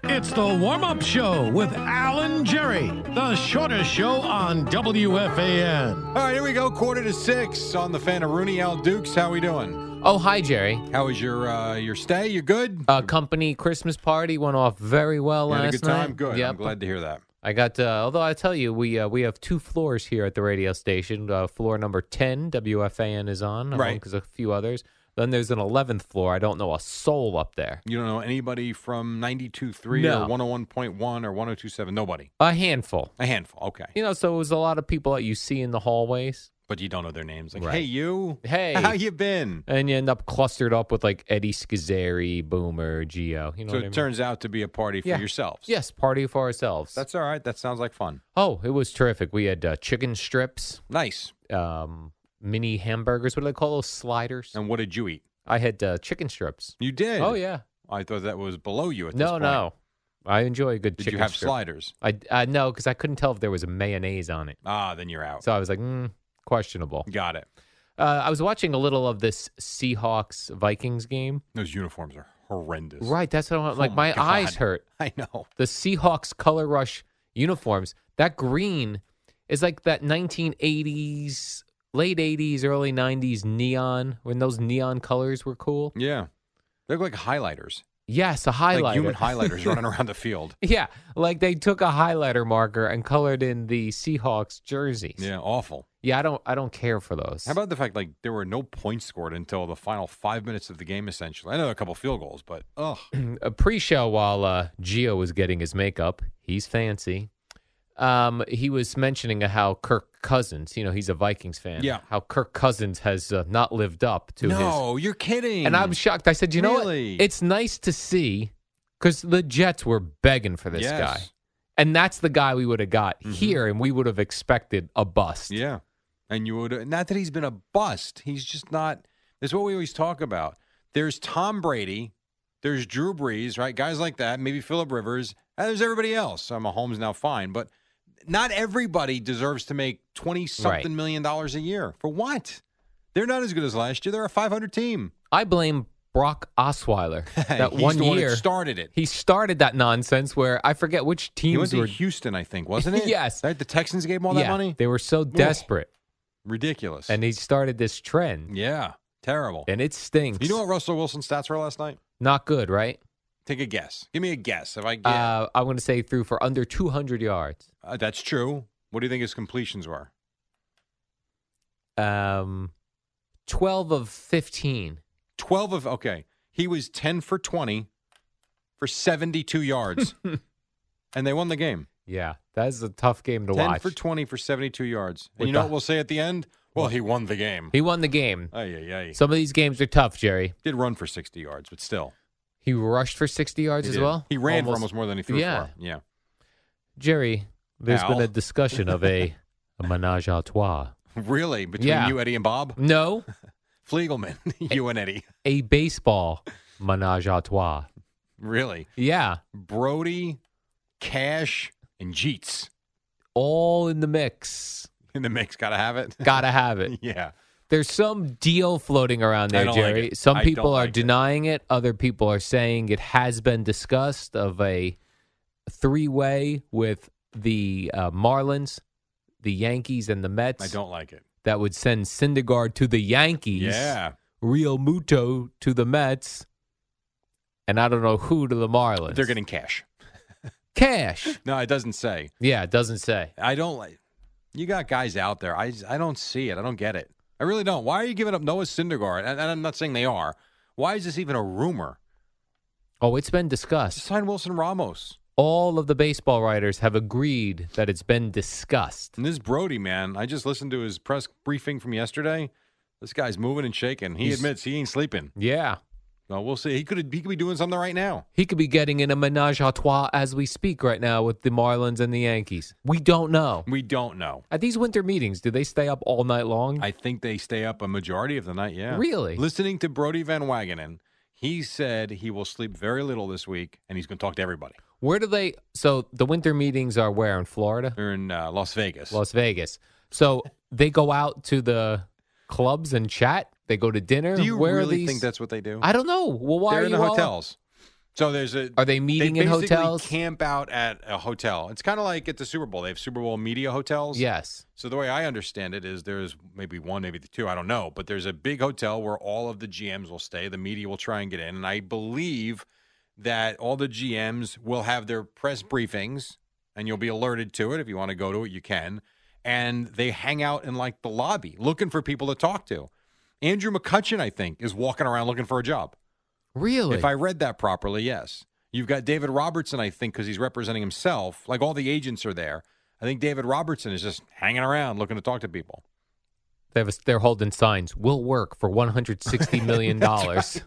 [SPEAKER 4] It's the warm up show with Alan Jerry, the shortest show on WFAN.
[SPEAKER 3] All right, here we go. Quarter to six on the fan of Rooney Al Dukes. How we doing?
[SPEAKER 2] oh hi, Jerry.
[SPEAKER 3] How was your uh, your stay? You good?
[SPEAKER 2] Uh, company Christmas party went off very well
[SPEAKER 3] You had
[SPEAKER 2] last
[SPEAKER 3] a good time.
[SPEAKER 2] night.
[SPEAKER 3] Good.
[SPEAKER 2] Yep.
[SPEAKER 3] I'm glad to hear that.
[SPEAKER 2] I got. Uh, although I tell you, we uh, we have two floors here at the radio station. Uh, floor number ten, WFAN is on.
[SPEAKER 3] Right.
[SPEAKER 2] Because a few others. Then there's an eleventh floor. I don't know a soul up there.
[SPEAKER 3] You don't know anybody from 92.3
[SPEAKER 2] No.
[SPEAKER 3] or 101.1 or 102.7? Nobody.
[SPEAKER 2] A handful.
[SPEAKER 3] A handful. Okay.
[SPEAKER 2] You know, so it was a lot of people that you see in the hallways.
[SPEAKER 3] But you don't know their names. Like,
[SPEAKER 2] Right.
[SPEAKER 3] hey, you.
[SPEAKER 2] Hey.
[SPEAKER 3] <laughs> How you been?
[SPEAKER 2] and you end up clustered up with like Eddie Schizzeri, Boomer, Geo. You know
[SPEAKER 3] So
[SPEAKER 2] what I mean?
[SPEAKER 3] it turns out to be a party for
[SPEAKER 2] Yeah.
[SPEAKER 3] yourselves.
[SPEAKER 2] yes, party for ourselves.
[SPEAKER 3] That's all right. That sounds like fun.
[SPEAKER 2] oh, it was terrific. We had uh, chicken strips,
[SPEAKER 3] Nice.
[SPEAKER 2] um, mini hamburgers. What do they call those sliders?
[SPEAKER 3] And what did you eat?
[SPEAKER 2] I had uh, chicken strips.
[SPEAKER 3] You did.
[SPEAKER 2] Oh yeah.
[SPEAKER 3] I thought that was below you at this
[SPEAKER 2] No,
[SPEAKER 3] point.
[SPEAKER 2] no. I enjoy a good
[SPEAKER 3] Did
[SPEAKER 2] chicken
[SPEAKER 3] you have
[SPEAKER 2] strip.
[SPEAKER 3] sliders?
[SPEAKER 2] I, I no, because I couldn't tell if there was a mayonnaise on it,
[SPEAKER 3] Ah, then you're out.
[SPEAKER 2] so I was like, mm, questionable.
[SPEAKER 3] Got it.
[SPEAKER 2] Uh, I was watching a little of this Seahawks Vikings game.
[SPEAKER 3] Those uniforms are horrendous.
[SPEAKER 2] Right, that's what I want.
[SPEAKER 3] Oh
[SPEAKER 2] Like
[SPEAKER 3] my
[SPEAKER 2] my, eyes
[SPEAKER 3] God.
[SPEAKER 2] hurt.
[SPEAKER 3] <laughs> I know.
[SPEAKER 2] The Seahawks color rush uniforms. That green is like that 1980s, late 80s, early 90s neon when those neon colors were cool.
[SPEAKER 3] Yeah. They look like highlighters.
[SPEAKER 2] Yes, a highlighter. <laughs>
[SPEAKER 3] Like human highlighters running around the field.
[SPEAKER 2] yeah, like they took a highlighter marker and colored in the Seahawks jerseys.
[SPEAKER 3] Yeah, awful.
[SPEAKER 2] Yeah, I don't I don't care for those.
[SPEAKER 3] How about the fact like there were no points scored until the final five minutes of the game? Essentially, I know a couple field goals, but ugh,
[SPEAKER 2] a pre-show while uh, Gio was getting his makeup. He's fancy. Um, he was mentioning how Kirk Cousins, you know, he's a Vikings fan.
[SPEAKER 3] Yeah.
[SPEAKER 2] How Kirk Cousins has uh, not lived up <clears throat> to his.
[SPEAKER 3] no, you're kidding.
[SPEAKER 2] And I'm shocked. I said, you know
[SPEAKER 3] Really?
[SPEAKER 2] what? It's nice to see because the Jets were begging for this
[SPEAKER 3] Yes. Mm-hmm.
[SPEAKER 2] guy. And that's the guy we would have got here, and we would have expected a bust.
[SPEAKER 3] Yeah, and you would not that he's been a bust. He's just not. That's what we always talk about. There's Tom Brady, there's Drew Brees, right? Guys like that. Maybe Philip Rivers. And there's everybody else. I'm a Mahomes now, fine, but not everybody deserves to make twenty something
[SPEAKER 2] Right.
[SPEAKER 3] million dollars a year for what? They're not as good as last year. They're a 500 team. <laughs>
[SPEAKER 2] I blame Brock Osweiler. That
[SPEAKER 3] He's
[SPEAKER 2] one
[SPEAKER 3] the one that
[SPEAKER 2] year
[SPEAKER 3] started it.
[SPEAKER 2] he started that nonsense where I forget which
[SPEAKER 3] He
[SPEAKER 2] teams
[SPEAKER 3] went to
[SPEAKER 2] were
[SPEAKER 3] Houston, I think, wasn't
[SPEAKER 2] <laughs>
[SPEAKER 3] it?
[SPEAKER 2] Yes.
[SPEAKER 3] Right? The Texans gave him all that
[SPEAKER 2] Yeah,
[SPEAKER 3] money.
[SPEAKER 2] They were so desperate,
[SPEAKER 3] Ridiculous.
[SPEAKER 2] and he started this trend,
[SPEAKER 3] yeah, terrible.
[SPEAKER 2] and it stinks.
[SPEAKER 3] you know what Russell Wilson's stats were last night?
[SPEAKER 2] Not good, right?
[SPEAKER 3] Take a guess. Give me a guess. If I get
[SPEAKER 2] Uh, I'm going to say threw for under 200 yards.
[SPEAKER 3] uh, that's true. What do you think his completions were?
[SPEAKER 2] Um, 12 of 15.
[SPEAKER 3] Twelve of okay. He was ten for twenty for seventy-two <laughs> yards, and they won the game.
[SPEAKER 2] Yeah, that is a tough game to
[SPEAKER 3] ten
[SPEAKER 2] watch.
[SPEAKER 3] for twenty for seventy-two yards. And
[SPEAKER 2] With
[SPEAKER 3] you know
[SPEAKER 2] the-
[SPEAKER 3] what we'll say at the end? Well, he won the game.
[SPEAKER 2] he won the game.
[SPEAKER 3] Ay, ay, ay.
[SPEAKER 2] Some of these games are tough, Jerry.
[SPEAKER 3] Did run for sixty yards, but still.
[SPEAKER 2] He rushed for 60 yards
[SPEAKER 3] He
[SPEAKER 2] as
[SPEAKER 3] did.
[SPEAKER 2] well.
[SPEAKER 3] He ran for almost more than he threw
[SPEAKER 2] Yeah.
[SPEAKER 3] for. Yeah. <laughs>
[SPEAKER 2] Jerry, There's
[SPEAKER 3] Al.
[SPEAKER 2] been a discussion of
[SPEAKER 3] <laughs>
[SPEAKER 2] a, a menage a trois.
[SPEAKER 3] Really? Between
[SPEAKER 2] Yeah.
[SPEAKER 3] you, Eddie, and <laughs> Bob?
[SPEAKER 2] No,
[SPEAKER 3] Fliegelman, <laughs> you and Eddie.
[SPEAKER 2] a baseball menage a
[SPEAKER 3] <laughs>
[SPEAKER 2] trois.
[SPEAKER 3] Really?
[SPEAKER 2] Yeah,
[SPEAKER 3] Brody, Cash, and Jeets <laughs>
[SPEAKER 2] all in the mix.
[SPEAKER 3] in the mix. Got to have it. <laughs>
[SPEAKER 2] Gotta have it.
[SPEAKER 3] yeah.
[SPEAKER 2] There's some deal floating around there,
[SPEAKER 3] I don't like
[SPEAKER 2] Jerry.
[SPEAKER 3] it.
[SPEAKER 2] Some
[SPEAKER 3] I
[SPEAKER 2] people
[SPEAKER 3] don't
[SPEAKER 2] are
[SPEAKER 3] like it.
[SPEAKER 2] denying it. Other people are saying it has been discussed of a three way with the uh, Marlins, the Yankees, and the Mets.
[SPEAKER 3] I don't like it.
[SPEAKER 2] That would send Syndergaard to the Yankees.
[SPEAKER 3] Yeah.
[SPEAKER 2] Rio Muto to the Mets. And I don't know who to the Marlins.
[SPEAKER 3] They're getting cash.
[SPEAKER 2] cash.
[SPEAKER 3] No, it doesn't say.
[SPEAKER 2] Yeah, it doesn't say.
[SPEAKER 3] I don't like. You got guys out there. I I don't see it. I don't get it. I really don't. Why are you giving up Noah Syndergaard? And, and I'm not saying they are. Why is this even a rumor?
[SPEAKER 2] Oh, it's been discussed.
[SPEAKER 3] Sign Wilson Ramos.
[SPEAKER 2] All of the baseball writers have agreed that it's been discussed.
[SPEAKER 3] And this Brody, man, I just listened to his press briefing from yesterday. This guy's moving and shaking. He
[SPEAKER 2] He's-
[SPEAKER 3] admits he ain't sleeping.
[SPEAKER 2] Yeah.
[SPEAKER 3] No, we'll see. He could he could be doing something right now.
[SPEAKER 2] He could be getting in a menage a trois as we speak right now with the Marlins and the Yankees. We don't know.
[SPEAKER 3] We don't know.
[SPEAKER 2] At these winter meetings, do they stay up all night long?
[SPEAKER 3] I think they stay up a majority of the night. Yeah,
[SPEAKER 2] Really?
[SPEAKER 3] Listening to Brody Van Wagenen, he said he will sleep very little this week, and he's going to talk to everybody.
[SPEAKER 2] where do they? So the winter meetings are where in Florida,
[SPEAKER 3] They're in uh, Las Vegas.
[SPEAKER 2] Las Vegas. So they go out to the clubs and chat. They go to dinner.
[SPEAKER 3] do you
[SPEAKER 2] where
[SPEAKER 3] really
[SPEAKER 2] are these?
[SPEAKER 3] think that's what they do?
[SPEAKER 2] I don't know. Well, why
[SPEAKER 3] They're
[SPEAKER 2] are
[SPEAKER 3] in
[SPEAKER 2] you
[SPEAKER 3] the
[SPEAKER 2] all-
[SPEAKER 3] hotels. So there's a.
[SPEAKER 2] Are they meeting
[SPEAKER 3] they
[SPEAKER 2] in
[SPEAKER 3] basically
[SPEAKER 2] hotels?
[SPEAKER 3] Camp out at a hotel. It's kind of like at the Super Bowl. They have Super Bowl media hotels.
[SPEAKER 2] Yes.
[SPEAKER 3] So the way I understand it is there's maybe one, maybe the two, I don't know, but there's a big hotel where all of the GMs will stay. The media will try and get in, and I believe that all the GMs will have their press briefings, and you'll be alerted to it if you want to go to it. You can, and they hang out in like the lobby looking for people to talk to. Andrew McCutcheon, I think, is walking around looking for a job.
[SPEAKER 2] Really?
[SPEAKER 3] If I read that properly, yes. You've got David Robertson, I think, because he's representing himself. Like all the agents are there. I think David Robertson is just hanging around looking to talk to people.
[SPEAKER 2] they have a, they're holding signs. Will work for one hundred
[SPEAKER 3] <laughs>
[SPEAKER 2] sixty million dollars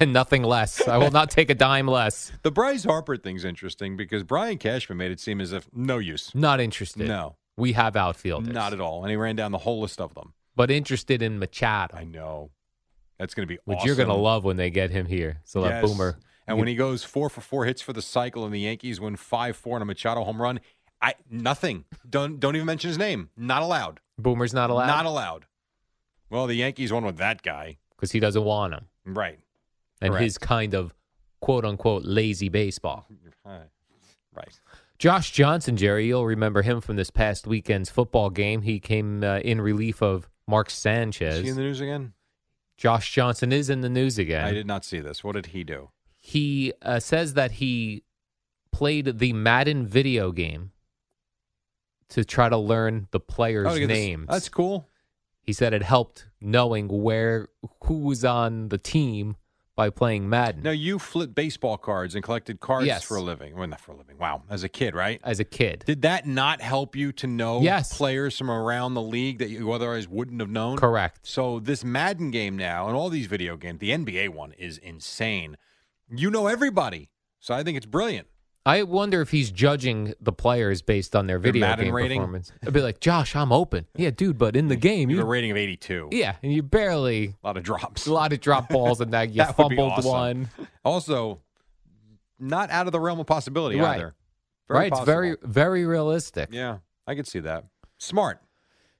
[SPEAKER 2] and nothing less. I will not take a dime less.
[SPEAKER 3] The Bryce Harper thing's interesting because Brian Cashman made it seem as if no use.
[SPEAKER 2] Not interested.
[SPEAKER 3] No,
[SPEAKER 2] We have outfielders.
[SPEAKER 3] not at all. And he ran down the whole list of them.
[SPEAKER 2] But interested in Machado,
[SPEAKER 3] I know. That's going to be
[SPEAKER 2] which
[SPEAKER 3] awesome.
[SPEAKER 2] you're going to love when they get him here. So that
[SPEAKER 3] Yes.
[SPEAKER 2] boomer
[SPEAKER 3] And when he goes four for four hits for the cycle, and the Yankees win five four on a Machado home run, I nothing. Don't don't even mention his name. Not allowed.
[SPEAKER 2] Boomer's not allowed.
[SPEAKER 3] Not allowed. Well, the Yankees won with that guy,
[SPEAKER 2] because he doesn't want him
[SPEAKER 3] right?
[SPEAKER 2] and
[SPEAKER 3] Correct.
[SPEAKER 2] his kind of quote unquote lazy baseball.
[SPEAKER 3] Right.
[SPEAKER 2] Josh Johnson, Jerry, you'll remember him from this past weekend's football game. He came uh, in relief of Mark
[SPEAKER 3] Is
[SPEAKER 2] Sanchez.
[SPEAKER 3] he in the news again?
[SPEAKER 2] Josh Johnson is in the news again.
[SPEAKER 3] I did not see this. What did he do?
[SPEAKER 2] He uh, says that he played the Madden video game to try to learn the players'
[SPEAKER 3] Oh, look at this.
[SPEAKER 2] names.
[SPEAKER 3] That's cool.
[SPEAKER 2] He said it helped knowing where who was on the team by playing Madden
[SPEAKER 3] Now you flipped baseball cards and collected cards
[SPEAKER 2] Yes.
[SPEAKER 3] for a living. Well, not for a living. Wow, as a kid, right?
[SPEAKER 2] as a kid.
[SPEAKER 3] Did that not help you to know
[SPEAKER 2] Yes.
[SPEAKER 3] players from around the league that you otherwise wouldn't have known?
[SPEAKER 2] Correct.
[SPEAKER 3] So this Madden game now and all these video games, the NBA one is insane. You know everybody. So I think it's brilliant.
[SPEAKER 2] I wonder if he's judging the players based on their
[SPEAKER 3] Their
[SPEAKER 2] video
[SPEAKER 3] Madden
[SPEAKER 2] game
[SPEAKER 3] rating?
[SPEAKER 2] performance. I'd be like, Josh, I'm
[SPEAKER 3] <laughs>
[SPEAKER 2] open. Yeah, dude, but in the game,
[SPEAKER 3] You have a
[SPEAKER 2] you
[SPEAKER 3] rating of 82.
[SPEAKER 2] yeah, and you barely
[SPEAKER 3] A lot of drops.
[SPEAKER 2] a lot of drop balls and that you
[SPEAKER 3] <laughs> That would be
[SPEAKER 2] fumbled
[SPEAKER 3] awesome.
[SPEAKER 2] one.
[SPEAKER 3] Also, not out of the realm of possibility
[SPEAKER 2] Right.
[SPEAKER 3] either. Very
[SPEAKER 2] right, it's very
[SPEAKER 3] possible.
[SPEAKER 2] very realistic.
[SPEAKER 3] Yeah, I could see that. Smart.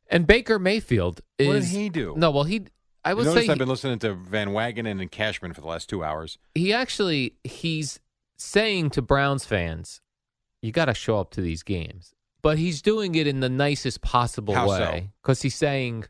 [SPEAKER 2] And Baker Mayfield is
[SPEAKER 3] What did he do?
[SPEAKER 2] No, well he I
[SPEAKER 3] I
[SPEAKER 2] would
[SPEAKER 3] Notice
[SPEAKER 2] say
[SPEAKER 3] I've
[SPEAKER 2] he-
[SPEAKER 3] been listening to Van Wagenen and Cashman for the last two hours.
[SPEAKER 2] he actually he's saying to Browns fans, you got to show up to these games. But he's doing it in the nicest possible
[SPEAKER 3] How
[SPEAKER 2] way because he's saying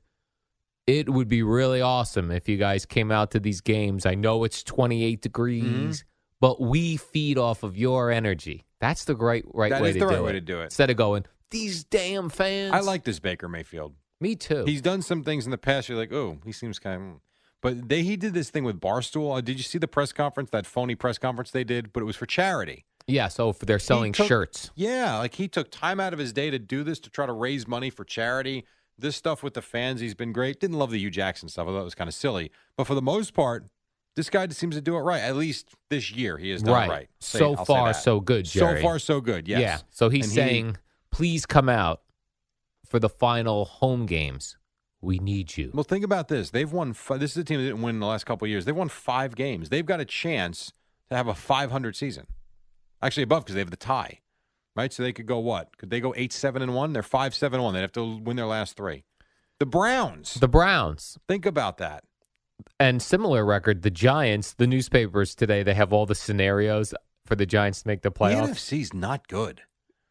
[SPEAKER 2] it would be really awesome if you guys came out to these games. I know it's 28 degrees,
[SPEAKER 3] Mm-hmm.
[SPEAKER 2] but we feed off of your energy. That's the right right
[SPEAKER 3] That
[SPEAKER 2] way
[SPEAKER 3] is
[SPEAKER 2] to
[SPEAKER 3] the
[SPEAKER 2] do
[SPEAKER 3] right
[SPEAKER 2] it.
[SPEAKER 3] way to do it.
[SPEAKER 2] Instead of going these damn fans.
[SPEAKER 3] I like this Baker Mayfield.
[SPEAKER 2] me too.
[SPEAKER 3] He's done some things in the past. You're like, oh, he seems kind of. But they, he did this thing with Barstool. Uh, Did you see the press conference? That phony press conference they did, but it was for charity.
[SPEAKER 2] yeah, so if they're selling
[SPEAKER 3] took-
[SPEAKER 2] shirts.
[SPEAKER 3] Yeah, like he took time out of his day to do this to try to raise money for charity. This stuff with the fans, he's been great. Didn't love the Hugh Jackson stuff. I thought it was kind of silly. But for the most part, this guy just seems to do it right. At least this year, he has done
[SPEAKER 2] Right.
[SPEAKER 3] it right. Say-
[SPEAKER 2] So
[SPEAKER 3] I'll say
[SPEAKER 2] far,
[SPEAKER 3] that.
[SPEAKER 2] so good, Jerry.
[SPEAKER 3] So far, so good. Yes.
[SPEAKER 2] Yeah. So he's
[SPEAKER 3] And he-
[SPEAKER 2] saying, please come out for the final home games. We need you.
[SPEAKER 3] Well, think about this. They've won. Five, this is a team that didn't win in the last couple of years. They've won five games. They've got a chance to have a 500 season. Actually, above because they have the tie, right? So they could go what? Could they go eight seven and one? They're five seven and one. They'd have to win their last three. The Browns.
[SPEAKER 2] The Browns
[SPEAKER 3] think about that.
[SPEAKER 2] and similar record, the Giants, the newspapers today, they have all the scenarios for the Giants to make the playoffs.
[SPEAKER 3] The NFC's not good.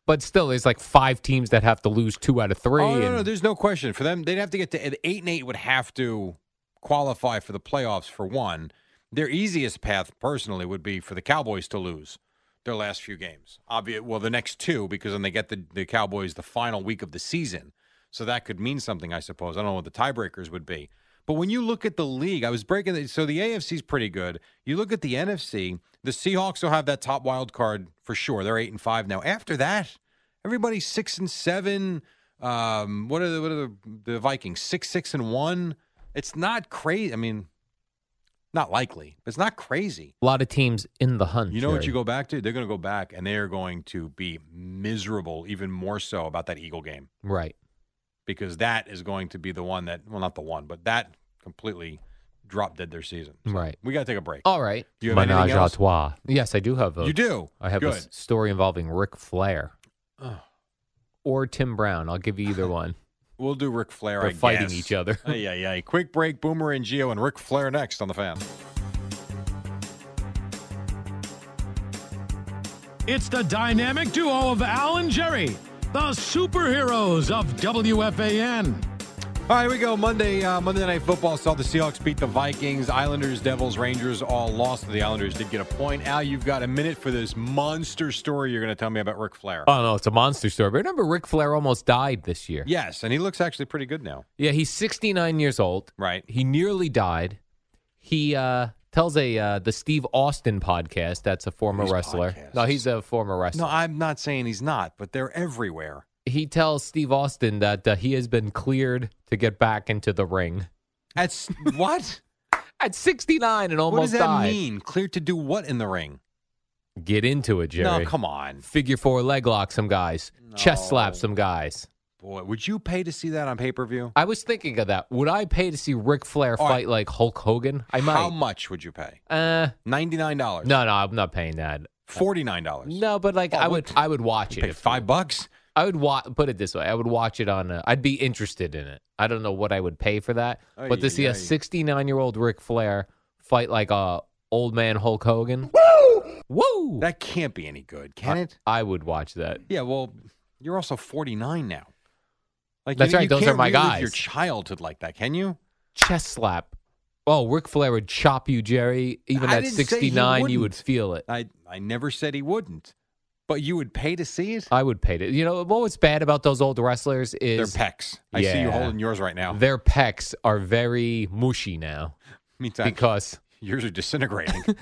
[SPEAKER 2] But still, there's like five teams that have to lose two out of three.
[SPEAKER 3] Oh no, no,
[SPEAKER 2] and-
[SPEAKER 3] there's no question for them. They'd have to get to eight and eight would have to qualify for the playoffs for one. Their easiest path, personally, would be for the Cowboys to lose their last few games. Obvious, well, the next two because then they get the, the Cowboys the final week of the season, so that could mean something, I suppose. I don't know what the tiebreakers would be, but when you look at the league, I was breaking it. So the AFC's pretty good. You look at the NFC. The Seahawks will have that top wild card for sure. They're eight and five now. After that, everybody's six and seven. Um, what are the what are the, the Vikings? Six, six, and one. It's not crazy. I mean, not likely, but it's not crazy.
[SPEAKER 2] a lot of teams in the hunt.
[SPEAKER 3] You know what
[SPEAKER 2] Jerry.
[SPEAKER 3] you go back to? They're going to go back, and they are going to be miserable, even more so about that Eagle game,
[SPEAKER 2] Right.
[SPEAKER 3] because that is going to be the one that well, not the one, but that completely drop dead their season.
[SPEAKER 2] Right.
[SPEAKER 3] We got to take a break.
[SPEAKER 2] All right.
[SPEAKER 3] Do you have anything else?
[SPEAKER 2] à trois. Yes, I do have a.
[SPEAKER 3] you do.
[SPEAKER 2] I have a
[SPEAKER 3] good.
[SPEAKER 2] s- story involving Ric Flair
[SPEAKER 3] Oh.
[SPEAKER 2] or Tim Brown. I'll give you either
[SPEAKER 3] <laughs>
[SPEAKER 2] one.
[SPEAKER 3] We'll do Ric Flair.
[SPEAKER 2] They're
[SPEAKER 3] I
[SPEAKER 2] fighting
[SPEAKER 3] guess.
[SPEAKER 2] each other. <laughs>
[SPEAKER 3] Yeah, yeah. Quick break. Boomer and Geo and Ric Flair next on the fan.
[SPEAKER 4] It's the dynamic duo of Al and Jerry, the superheroes of WFAN.
[SPEAKER 3] All right, here we go. Monday, uh, Monday Night Football saw the Seahawks beat the Vikings. Islanders, Devils, Rangers all lost. The Islanders did get a point. Al, you've got a minute for this monster story you're going to tell me about Ric Flair.
[SPEAKER 2] Oh no, it's a monster story. But remember, Ric Flair almost died this year.
[SPEAKER 3] yes, and he looks actually pretty good now.
[SPEAKER 2] Yeah, he's 69 years old.
[SPEAKER 3] Right.
[SPEAKER 2] He nearly died. He uh, tells a uh, the Steve Austin podcast. That's a former
[SPEAKER 3] These
[SPEAKER 2] wrestler.
[SPEAKER 3] podcasts.
[SPEAKER 2] No, he's a former
[SPEAKER 3] No,
[SPEAKER 2] wrestler.
[SPEAKER 3] I'm not saying he's not, but they're everywhere.
[SPEAKER 2] he tells Steve Austin that uh, he has been cleared to get back into the ring
[SPEAKER 3] That's <laughs> what?
[SPEAKER 2] at 69 and almost
[SPEAKER 3] what does that
[SPEAKER 2] died.
[SPEAKER 3] mean? Cleared to do what in the ring?
[SPEAKER 2] Get into it, Jerry.
[SPEAKER 3] No, come on.
[SPEAKER 2] Figure four leg lock some guys, chest
[SPEAKER 3] No.
[SPEAKER 2] slap some guys.
[SPEAKER 3] Boy, would you pay to see that on pay per view?
[SPEAKER 2] I was thinking of that. Would I pay to see Ric Flair
[SPEAKER 3] All right.
[SPEAKER 2] fight like Hulk Hogan? I
[SPEAKER 3] How
[SPEAKER 2] might.
[SPEAKER 3] much would you pay?
[SPEAKER 2] uh,
[SPEAKER 3] Ninety nine dollars.
[SPEAKER 2] no, no, I'm not paying that.
[SPEAKER 3] forty nine dollars.
[SPEAKER 2] No, but like
[SPEAKER 3] Oh,
[SPEAKER 2] I would,
[SPEAKER 3] what-
[SPEAKER 2] I would watch it.
[SPEAKER 3] pay
[SPEAKER 2] if-
[SPEAKER 3] five bucks.
[SPEAKER 2] I would wa- put it this way. I would watch it on. uh, I'd be interested in it. I don't know what I would pay for that, but
[SPEAKER 3] Ay,
[SPEAKER 2] to see
[SPEAKER 3] ay.
[SPEAKER 2] a 69 year old Ric Flair fight like a old man Hulk Hogan. Woo! Woo!
[SPEAKER 3] That can't be any good, can
[SPEAKER 2] I-
[SPEAKER 3] it?
[SPEAKER 2] I would watch that.
[SPEAKER 3] Yeah. Well, you're also forty nine now. Like
[SPEAKER 2] That's
[SPEAKER 3] you,
[SPEAKER 2] right,
[SPEAKER 3] you
[SPEAKER 2] those are
[SPEAKER 3] can't
[SPEAKER 2] my
[SPEAKER 3] relive
[SPEAKER 2] guys.
[SPEAKER 3] Your childhood like that, can you?
[SPEAKER 2] Chest slap. Oh, Ric Flair would chop you, Jerry. Even
[SPEAKER 3] I
[SPEAKER 2] at
[SPEAKER 3] didn't say he
[SPEAKER 2] 69, you would
[SPEAKER 3] wouldn't.
[SPEAKER 2] feel it.
[SPEAKER 3] I I never said he wouldn't, but you would pay to see it.
[SPEAKER 2] I would pay to. You know what was bad about those old wrestlers
[SPEAKER 3] They're
[SPEAKER 2] is
[SPEAKER 3] pecs. I see you
[SPEAKER 2] Yeah.
[SPEAKER 3] holding yours right now.
[SPEAKER 2] their pecs are very mushy now
[SPEAKER 3] Meantime,
[SPEAKER 2] because
[SPEAKER 3] yours are disintegrating. <laughs>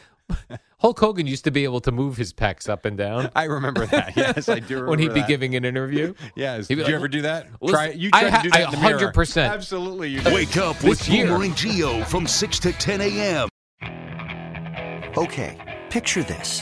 [SPEAKER 2] Hulk Hogan used to be able to move his pecs up and down
[SPEAKER 3] <laughs> I
[SPEAKER 2] <laughs>
[SPEAKER 3] remember that. Yes, I do. Remember
[SPEAKER 2] when he'd be
[SPEAKER 3] that.
[SPEAKER 2] giving an
[SPEAKER 3] <laughs>
[SPEAKER 2] interview.
[SPEAKER 3] Yes.
[SPEAKER 2] He'd be
[SPEAKER 3] Did
[SPEAKER 2] like,
[SPEAKER 3] you ever do that?
[SPEAKER 2] Listen,
[SPEAKER 3] try you
[SPEAKER 2] I
[SPEAKER 3] tried
[SPEAKER 2] ha-
[SPEAKER 3] to do that
[SPEAKER 2] I
[SPEAKER 3] in the mirror.
[SPEAKER 2] 100%.
[SPEAKER 3] Absolutely, you did.
[SPEAKER 5] Wake up
[SPEAKER 2] This
[SPEAKER 5] with
[SPEAKER 2] year.
[SPEAKER 5] Boomer and Geo from 6 to 10 a.m.
[SPEAKER 6] Okay, picture this.